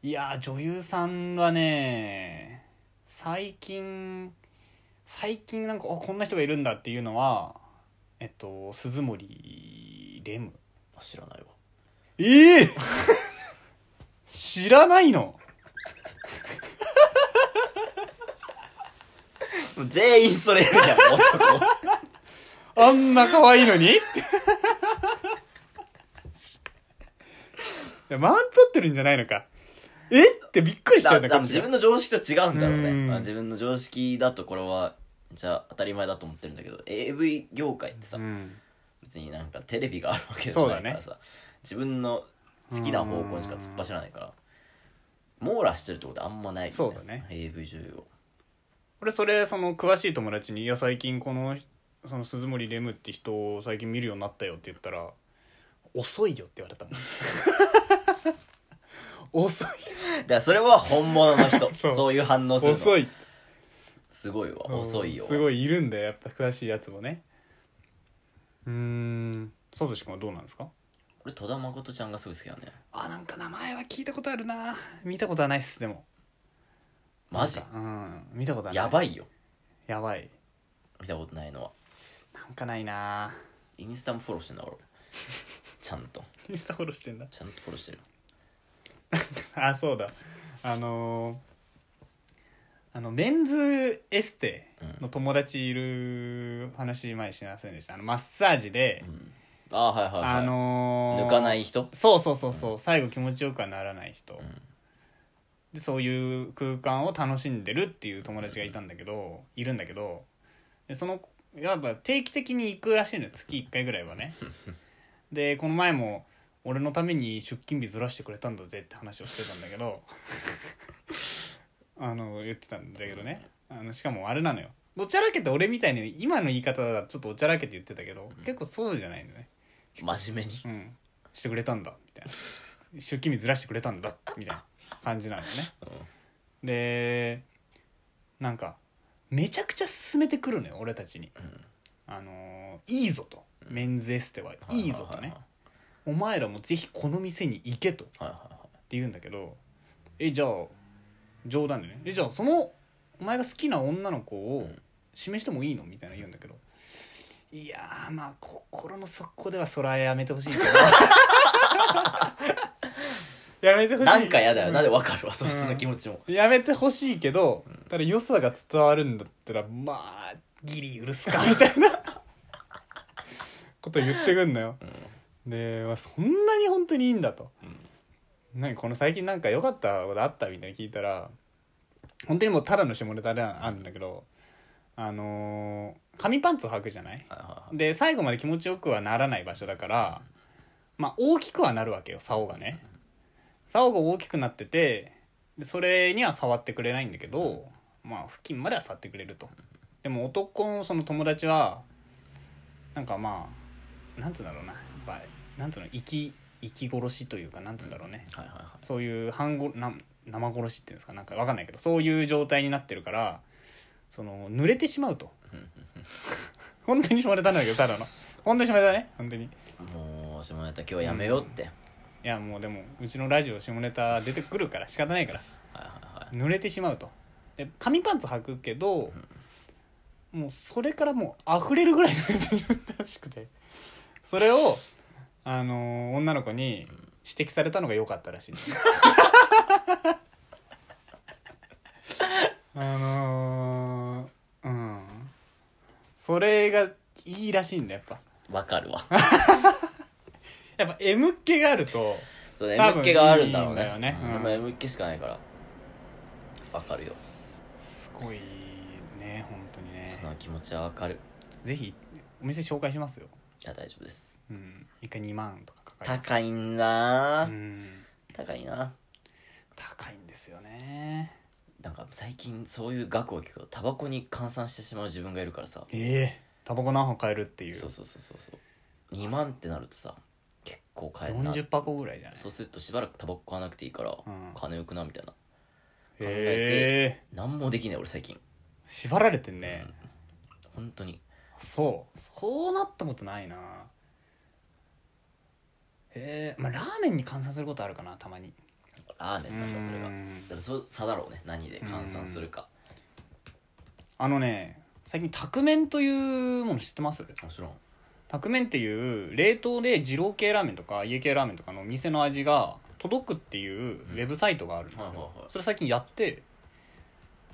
んいやー女優さんはね最近最近なんかあこんな人がいるんだっていうのはえっと鈴森レムあ知らないわええ 知らないの全員それやるじゃん男 あんな可愛いの にっていやマウント取ってるんじゃないのかえってびっくりしちゃだうんだ多こっ分自ちが分の常識と違うんだろうねうんまあ自分の常識だとこれはじゃあ当たり前だと思ってるんだけど AV 業界ってさ、うん別になんかテレビがあるわけじゃないからさ、自分の好きな方向にしか突っ走らないから網羅してるってことあんまないよそうだね AV 女優を俺それその詳しい友達に「いや最近このその鈴森レムって人を最近見るようになったよ」って言ったら「遅いよ」って言われたもん 遅いだからそれは本物の 人そそうういう反応するの遅いすごいわ遅いよすごいいるんだよやっぱ詳しいやつもねうーんサトシ君はどうなんですか俺戸田誠ちゃんがすごい好きだねあなんか名前は聞いたことあるな見たことはないっすでもマジなんかうん見たことはないやばいいよやばい見たことないのはなんかない なインスタもフォローしてんだ俺 ちゃんとインスタフォローしてんだちゃんとフォロ ーしてるあそうだあのーあのメンズエステうんの友達いる話前にしませんでしたあのマッサージで、うんあはいはいはいあのー抜かない人そうそうそうそう、最後気持ちよくはならない人、んでそういう空間を楽しんでるっていう友達がいたんだけど、いるんだけどでそのやっぱ定期的に行くらしいのよ月1回ぐらいは ねでこの前も俺のために出勤日ずらしてくれたんだぜって話をしてたんだけ どあの言ってたんだけどねあのしかもあれなのよおちゃらけて俺みたいに今の言い方だとちょっとおちゃらけて言ってたけど結構そうじゃないのね真面目にうん、してくれたんだみたいな出勤日ずらしてくれたんだみたいな感じなのね、でなんかめちゃくちゃ勧めてくるのよ俺たちに、あのーいいぞと、メンズエステはいいぞとね、はいはいはいお前らもぜひこの店に行けとってはいはいはい言うんだけどえじゃあ冗談でねえじゃあそのお前が好きな女の子うをん示してもいいのみたいな言うんだけどいやーまあ心の底ではそれはやめてほしいけど やめてほしいなんか嫌だうよんなんでわかるわそいつの気持ちもやめてほしいけど、ただ良さが伝わるんだったらまあギリ許すかみたいなこと言ってくんのよ、で、まあ、そんなに本当にいいんだと、何この最近なんか良かったことあったみたいに聞いたら本当にもうただの下ネタではあるんだけどあのー紙パンツを履くじゃないはいはいはいで最後まで気持ちよくはならない場所だから、まあ、大きくはなるわけよ竿がね竿が大きくなっててでそれには触ってくれないんだけど、まあ、付近までは触ってくれるとでも男のその友達はなんかまあなんつうんだろうなやっぱなんつうの生き生き殺しというかなんつうんだろうねはいはいはそういう半ごな生殺しっていうんですかなんかわかんないけどそういう状態になってるからその濡れてしまうというん本当に下ネタなんだけどただの本当に下ネタね本当にいもう下ネタ今日はやめようって、やもうでもうちのラジオ下ネタ出てくるから仕方ないからはいはいはい濡れてしまうとで紙パンツ履くけど、もうそれからもう溢れるぐらい濡れてるらしくてそれをあのー女の子に指摘されたのが良かったらしいあのーうんそれがいいらしいんだやっぱわかるわやっぱ M っ気があるとそう多 M 分っ気があるんだろうねいいんだよねうんうん、でも M っ気しかないからわかるよ、すごいね本当にねその気持ちはわかるぜひお店紹介しますよ、いや大丈夫ですうん、1回2万とかかかり高いんだ、ますうん高いな高いんですよねなんか最近そういう額を聞くとタバコに換算してしまう自分がいるからさええタバコ何本買えるっていうそうそうそうそうそう2万ってなるとさ結構買えるな40箱ぐらいじゃないそうするとしばらくタバコ買わなくていいから、ん金浮くなみたいへなえ何もできない俺最近縛られてんね、本当にそうそうなったことないなへえまあラーメンに換算することあるかなたまにラーメンなんだそれがうだんからそう差だろうね何で換算するかあのね最近卓麺というもの知ってますもちろん宅麺っていう冷凍で二郎系ラーメンとか家系ラーメンとかの店の味が届くっていうウェブサイトがあるんですよ、うんはいはいはいそれ最近やって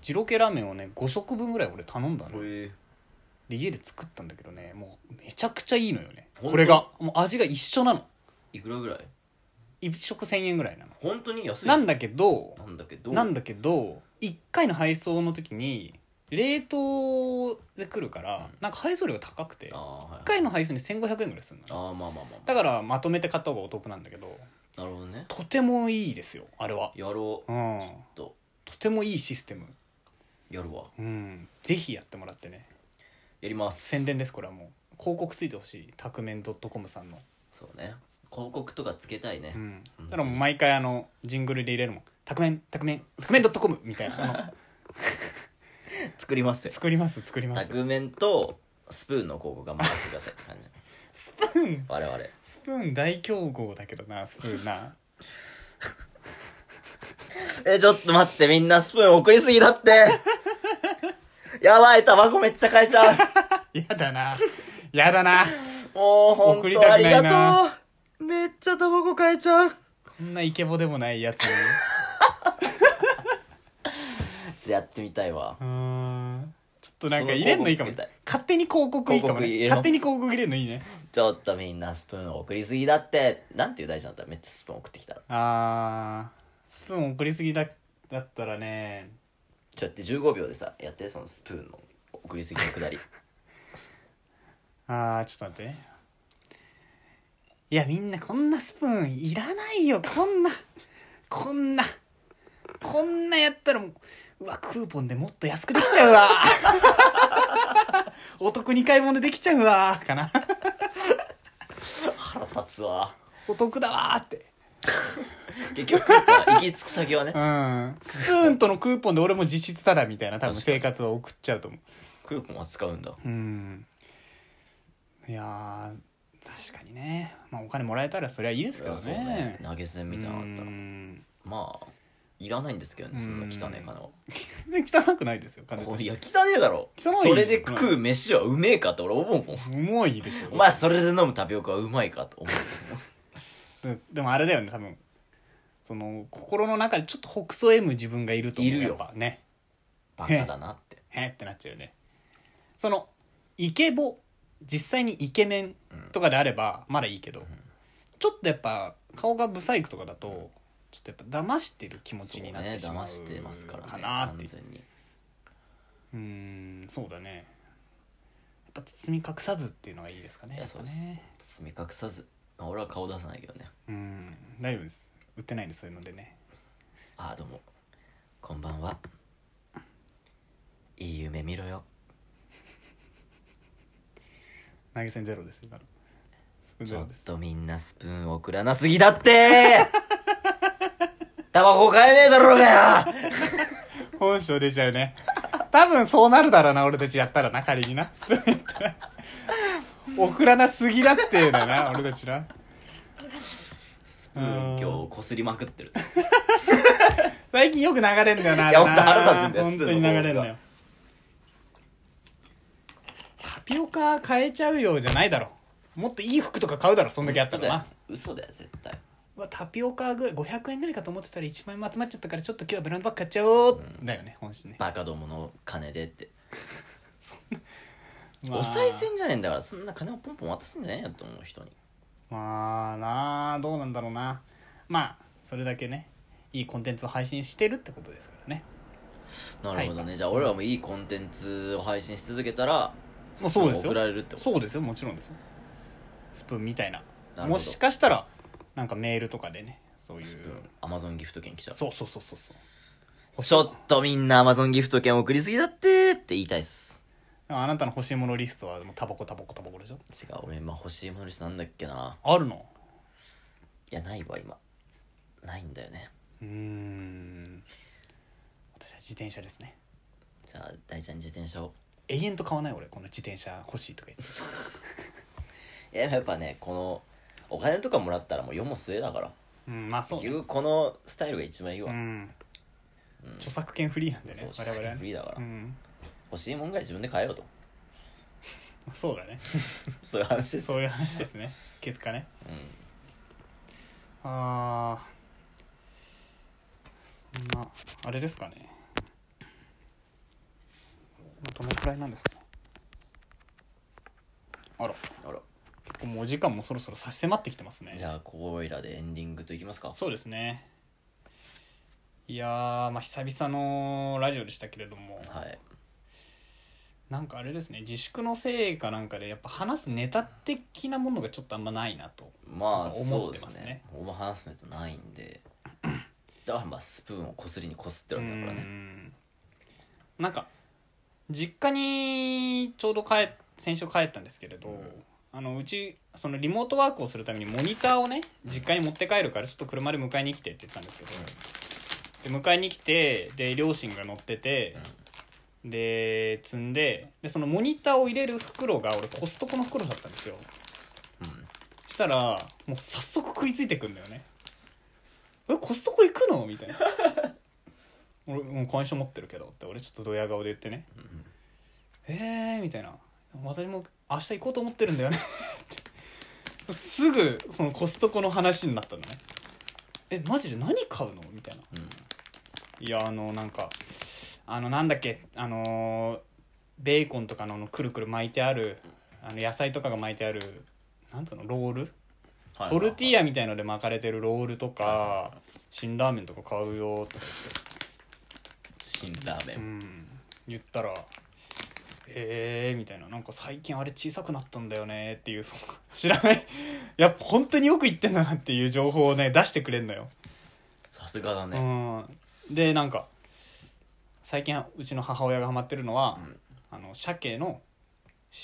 二郎系ラーメンをね5食分ぐらい俺頼んだの、へえで家で作ったんだけどねもうめちゃくちゃいいのよね本当これがもう味が一緒なのいくらぐらい1食1000円ぐらいなの本当に安いなんだけどなんだけどなんだけど1回の配送の時に冷凍で来るからなんか配送料が高くてあ1あはい回の配送に1500円ぐらいするのあーまあまあまあまあだからまとめて買った方がお得なんだけどなるほどねとてもいいですよあれは、やろううん、ととてもいいシステム、やるわうん、ぜひやってもらってねやります宣伝ですこれはもう広告ついてほしいタクメン .com さんの、そうね広告とかつけたいねうんう、んだからもう毎回あのジングルで入れるもん「タクメンタクメンタクメン .com」みたいなあの作り ますよ作ります作りまタすグメンとスプーンの広告が回してくださいって感じスプーン我々スプーン大競合だけどなスプーンな えちょっと待ってみんなスプーン送りすぎだって やばいタバコめっちゃ買え ちゃうやだなやだなもうほん送りたくとなあいりながとうめっちゃタバコ買えちゃうこんなイケボでもないやつにとやってみたいわうーんちょっとなんか入れんのいいかもその広告つけたい勝手に広告いいかも、ね、広告入れよう勝手に広告入れるのいいねちょっとみんなスプーン送りすぎだってなんていう大事なんだめっちゃスプーン送ってきたらあースプーン送りすぎだだったらねちょっとやって15秒でさやってそのスプーンの送りすぎのくだり あーちょっと待ってねいやみんなこんなスプーンいらないよこんなこんなこんなやったらもううわクーポンでもっと安くできちゃう わお得に買い物できちゃうわかな腹立つわお得だわーって結局やっぱ行き着く先はねうんスプーンとのクーポンで俺も実質ただみたいな多分確かに生活を送っちゃうと思うクーポンは使うんだうんいやー確かにね、まあ、お金もらえたらそりゃいいですけどそうね投げ銭みたいなのあったうらんまあいらないんですけどねそんな汚ねえ金は全然汚くないですよ完全こにれいや汚ねえだろ汚いそれで食う飯はうめえかって俺思うもんうまいでしょお前それで飲むタピオカはうまいかと思ででもあれだよね多分その心の中でちょっとほくそ笑む自分がいると思ういるよやっぱねうバカだなってへってなっちゃうよねそのイケボ実際にイケメンとかであればまだいいけど、ちょっとやっぱ顔がブサイクとかだとちょっとやっぱ騙して る気持そちうにねなってしまう騙してますからねかなって完いう全にうーんそうだねやっぱ包み隠さずっていうのがいいですかねいややっそぱうですね包み隠さずまあ俺は顔出さないけどねうん大丈夫です売ってないんでそういうのでねああどうもこんばんはいい夢見ろよ投げ銭ゼロです今のそれちゼょロっですとみんなスプーン送らなすぎだって タバコ買えねえだろうがよ本性出ちゃうね多分そうなるだろうな俺たちやったらな仮になそれやったら送らなすぎだっていうのはな俺たちなスプーン今日こすりまくってる最近よく流れんだよないやあれなほんと腹立つんだよ本当に流れんスプーンだの方よがタピオカ買えちゃうようじゃないだろもっといい服とか買うだろそんだけやったらな嘘だよ絶対うわタピオカぐらい500円ぐらいかと思ってたら1万円も集まっちゃったからちょっと今日はブランドバッグ買っちゃおう、だよね本心ね、バカどもの金でってまあお賽銭じゃねえんだからそんな金をポンポン渡すんじゃねえよと思う人にまあなあどうなんだろうなまあそれだけねいいコンテンツを配信してるってことですからねなるほどはねじゃあ俺らもいいコンテンツを配信し続けたらまあそうですよ送られるってことそうですよもちろんですよスプーンみたいななるほどもしかしたらなんかメールとかでねそういうスプーンアマゾンギフト券来ちゃうそうそうそうそうそうちょっとみんなアマゾンギフト券送りすぎだってって言いたいっすでもあなたの欲しいものリストはもうタバコタバコタバコでしょ違う俺今欲しいものリストなんだっけなあるのいやないわ今ないんだよねうーん私は自転車ですねじゃあ大ちゃん自転車を永遠と買わない俺この自転車欲しいとか言っていややっぱねこのお金とかもらったらもう世も末だからうんまあそう結ね局このスタイルが一番いいわ、うん著作権フリーなんでそうね著我々作は権ねフリーだから、うん欲しいもんぐらい自分で買えよとまあそうだねそういう話ですそういう話ですね結果ねうんああそんなあれですかねどのくらいなんですかねあらあら結構もうお時間もそろそろ差し迫ってきてますねじゃあこいらでエンディングといきますかそうですねいやーまあ久々のラジオでしたけれども、はいなんかあれですね自粛のせいかなんかでやっぱ話すネタ的なものがちょっとあんまないなとまあ思そっうてでますすねねお前話すネタない んでだからまあスプーンをこすりにこすってうるわけだからねんなんか実家にちょうど帰先週帰ったんですけれど、うんあのうちそのリモートワークをするためにモニターをね実家に持って帰るからちょっと車で迎えに来てって言ったんですけど、で迎えに来てで両親が乗ってて、で積んででそのモニターを入れる袋が俺コストコの袋だったんですようんしたらもう早速食いついてくんだよね「えコストコ行くの?」みたいな 「俺もう会社持ってるけど」って俺ちょっとドヤ顔で言ってねうん「えー」みたいな「私も明日行こうと思ってるんだよね」ってすぐそのコストコの話になったのね「えマジで何買うの?」みたいなう「んいやあのなんかあのなんだっけあのーベーコンとかのあのくるくる巻いてあるあの野菜とかが巻いてあるなんつうのロールはいトルティーヤヤみたいので巻かれてるロールとか辛ラーメンとか買うよとか辛ラーメうンん言ったら「えー」みたいな「なんか最近あれ小さくなったんだよね」っていうその知らないやっぱ本当によく言ってんだなっていう情報をね出してくれんのよ。さすがだねうん、でなんか最近うちの母親がハマってるのは、うんあの鮭の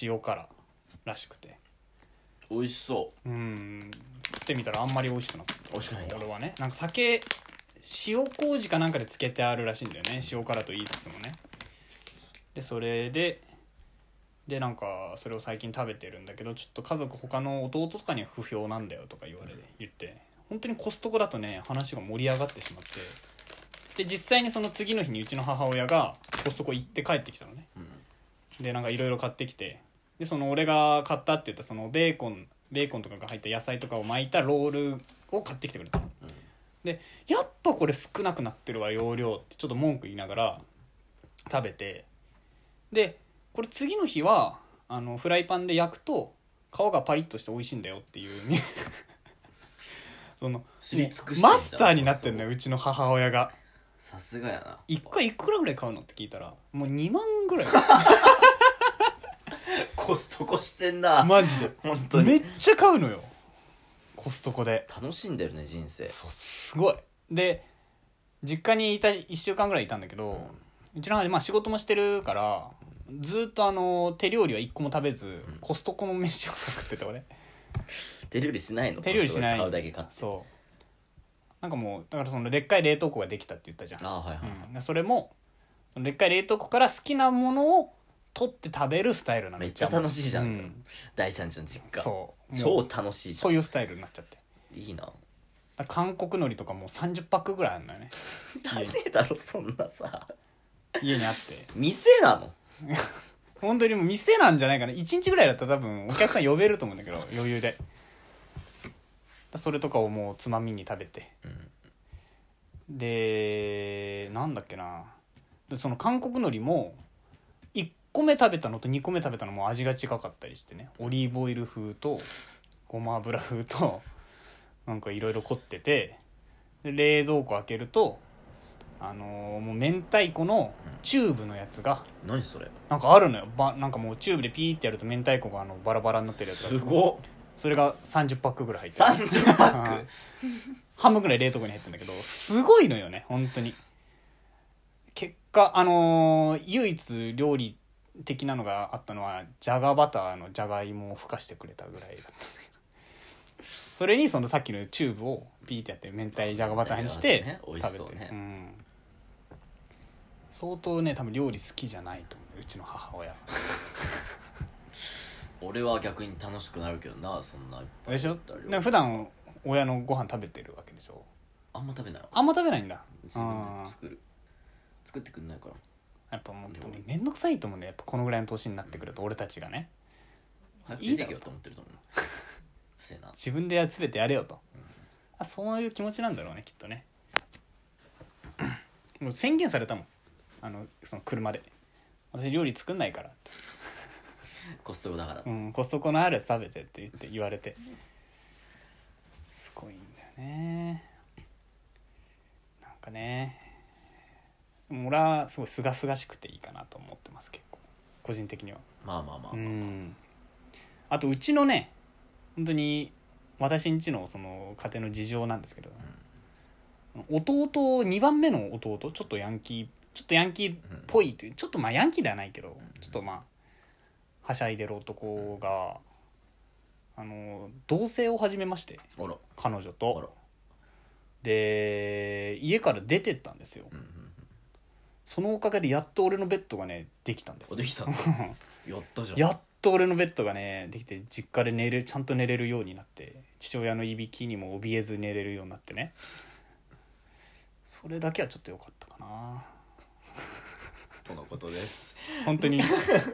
塩辛らしくて美味しそうん食ってみたらあんまり美味しくなかっう美味しくないんただ俺はねなんか酒塩麹かなんかで漬けてあるらしいんだよね塩辛と言いつつもねでそれででなんかそれを最近食べてるんだけどちょっと家族他の弟とかには不評なんだよとか言われて言って本当にコストコだとね話が盛り上がってしまってで実際にその次の日にうちの母親がコストコ行って帰ってきたのねうんでなんかいろいろ買ってきてでその俺が買ったって言ったそのベーコンベーコンとかが入った野菜とかを巻いたロールを買ってきてくれたのうんでやっぱこれ少なくなってるわ容量ってちょっと文句言いながら食べてでこれ次の日はあのフライパンで焼くと皮がパリッとして美味しいんだよっていう ねその知り尽くしてんだマスターになってんだようちの母親がさすがやな1回いくらぐらい買うのって聞いたらもう2万ぐらいコストコしてんなマジで 本当めにっちゃ買うのよコストコで楽しんでるね人生そうすごいで実家にいた1週間ぐらいいたんだけど、うちの母親まあ仕事もしてるからずっとあの手料理は1個も食べず、んコストコの飯を食ってた俺手料理しないの手料理しないコストコで買うだけ買ってそうなんかもうだからそのでっかい冷凍庫ができたって言ったじゃんああはいはいはい、うん、それもそのでっかい冷凍庫から好きなものを取って食べるスタイルなのめっちゃ楽しいじゃん、うん第三者の実家そうも超う楽しいじゃそういうスタイルになっちゃってんいいなだから韓国のりとかもう30パックぐらいあるのよねダメだろそんなさ家にあって店なの本当にもう店なんじゃないかな1日ぐらいだったら多分お客さん呼べると思うんだけど余裕でそれとかをもうつまみに食べてうんでなんだっけなでその韓国海苔も1個目食べたのと2個目食べたのも味が違かったりしてねオリーブオイル風とごま油風となんかいろいろ凝っててで冷蔵庫開けるとあのーもう明太子のチューブのやつが何それなんかあるのよばなんかもうチューブでピーってやると明太子があのバラバラになってるやつすがごっそれが30パックぐらい入ってる30パッはいク半分ぐらい冷凍庫に入ってるんだけどすごいのよね本当に結果あのー唯一料理的なのがあったのはジャガバターのジャガイモをふかしてくれたぐらいだったんだけどそれにそのさっきのチューブをピーってやって明太ジャガバターにしてね美食べて味しそうねうん、相当ね多分料理好きじゃないと思ううちの母親俺は逆に楽しくなるけどなそんなでしょなんか普段親のご飯食べてるわけでしょあんま食べないあんま食べないんだ自分あーで作る作ってくんないからやっぱもう面倒くさいと思うねやっぱこのぐらいの年になってくると俺たちがね早くいい出てだろけよと思ってると思う不正な自分でや全てやれよと、あそういう気持ちなんだろうねきっとねもう宣言されたもんあのその車で私料理作んないからってコストコだからうん、コストコのあるやつ食べてって言って言われてすごいんだよねなんかねでも俺はすごい清々しくていいかなと思ってます結構個人的にはまあまあまあうんあとうちのね本当に私んちのその家庭の事情なんですけど、弟2番目の弟ちょっとヤンキーちょっとヤンキーっぽいというちょっとまあヤンキーではないけどちょっとまあはしゃいでる男があの同棲を始めましてあら彼女あらとで家から出てったんですようんうんうんそのおかげでやっと俺のベッドがねできたんですおできたのやったじゃ んやっと俺のベッドがねできて実家で寝れるちゃんと寝れるようになって父親のいびきにも怯えず寝れるようになってねそれだけはちょっと良かったかなとのことです本当に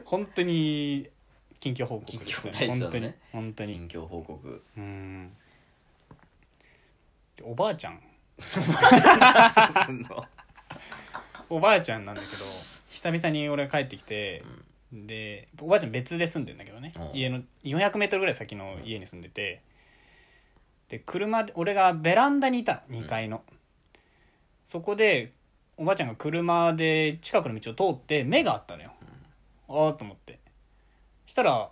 本当に近況報告ですね近況大事本だ当にね本当に近況報 告 うんでおばあちゃんそうすんのおばあちゃんなんだけど久々に俺が帰ってきてう、んでおばあちゃん別で住んでんだけどね、うん家の 400m ぐらい先の家に住んでて、で車で俺がベランダにいたの2階の、そこでおばあちゃんが車で近くの道を通って目があったのよ、ああと思ってしたら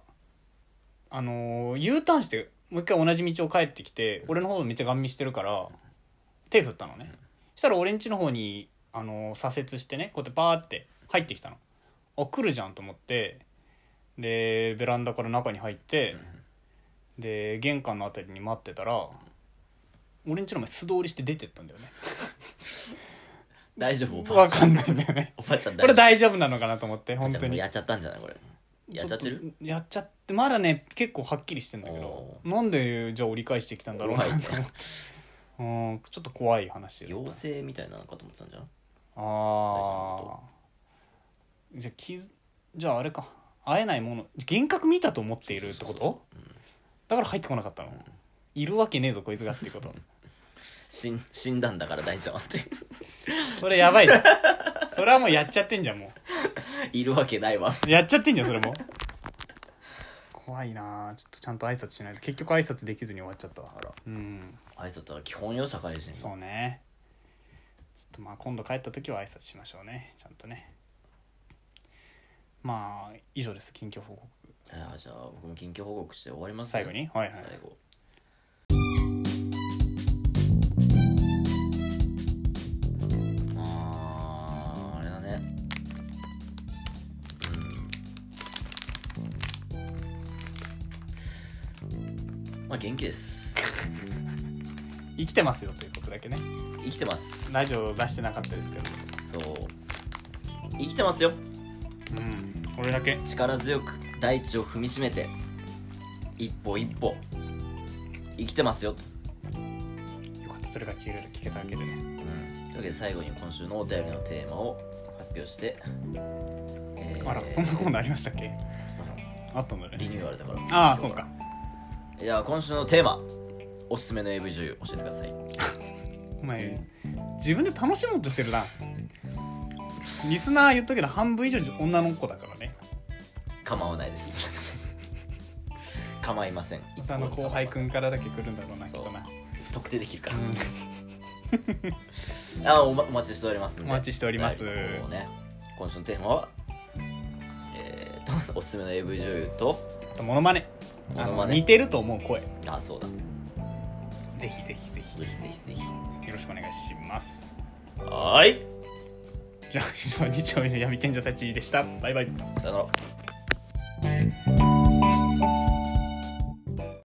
あのー U ターンしてもう一回同じ道を帰ってきて、俺の方めっちゃガン見してるから手振ったのね、したら俺ん家の方に、あのー左折してねこうやってバーって入ってきたのあ来るじゃんと思ってでベランダから中に入って、で玄関のあたりに待ってたら俺ん家の前素通りして出てったんだよね大丈夫おばあわちゃかんんないんだよねおばあちゃんこれ 丈大丈夫なのかなと思って夫おばあ本ちゃん当もうにやっちゃったんじゃないこれやっちゃってるょっとやっちゃってまだね結構はっきりしてんだけどおなんでじゃあ折り返してきたんだろうな怖いねと 思ううんちょっと怖い話だった 妖精みたいなのかと思ってたんじゃんああじゃあ気づじゃああれか会えないもの幻覚見たと思っているってことそうそうそううんだから入ってこなかったの、いるわけねえぞこいつがっていうこと死ん死んだんだから大ちゃんはって それやばいじゃんそれはもうやっちゃってんじゃんもいるわけないわうやっちゃってんじゃんそれも怖いなあちょっとちゃんと挨拶しないと結局挨拶できずに終わっちゃったわあらうん挨拶は基本よ社会人そうねちょっとまあ今度帰った時は挨拶しましょうねちゃんとねまあ以上です近況報告えーじゃあ僕も緊急報告して終わります最後にはいはい最後まああれだねうんまあ元気です生きてますよということだけね生きてますラジオ出してなかったですけどそう生きてますようんこれだけ力強く大地を踏みしめて一歩一歩生きてますよとよかったそれが聞ける聞けただけでねというわけで最後に今週のお便りのテーマを発表して、えあらそんなコーナーありましたっけうんあったんだリニねューアルだからああそうかじゃあ今週のテーマおすすめの AV 女優教えてくださいお前自分で楽しもうとしてるなリスナー言っとくけど半分以上女の子だからね構わないです 構いません下の後輩くんからだけ来るんだろうなきっそうとな、特定できるかうんら あお,、ま、お待ちしておりますんでお待ちしておりますお便りの方をね今週のテーマは、えー、とおすすめの AV 女優とあとモノマネあモノのマネ似てると思う声あそうだぜぜひぜひぜひひぜひぜひよろしくお願いしますはーいじゃあ以上2丁目の闇賢者たちでしたバイバイさよなら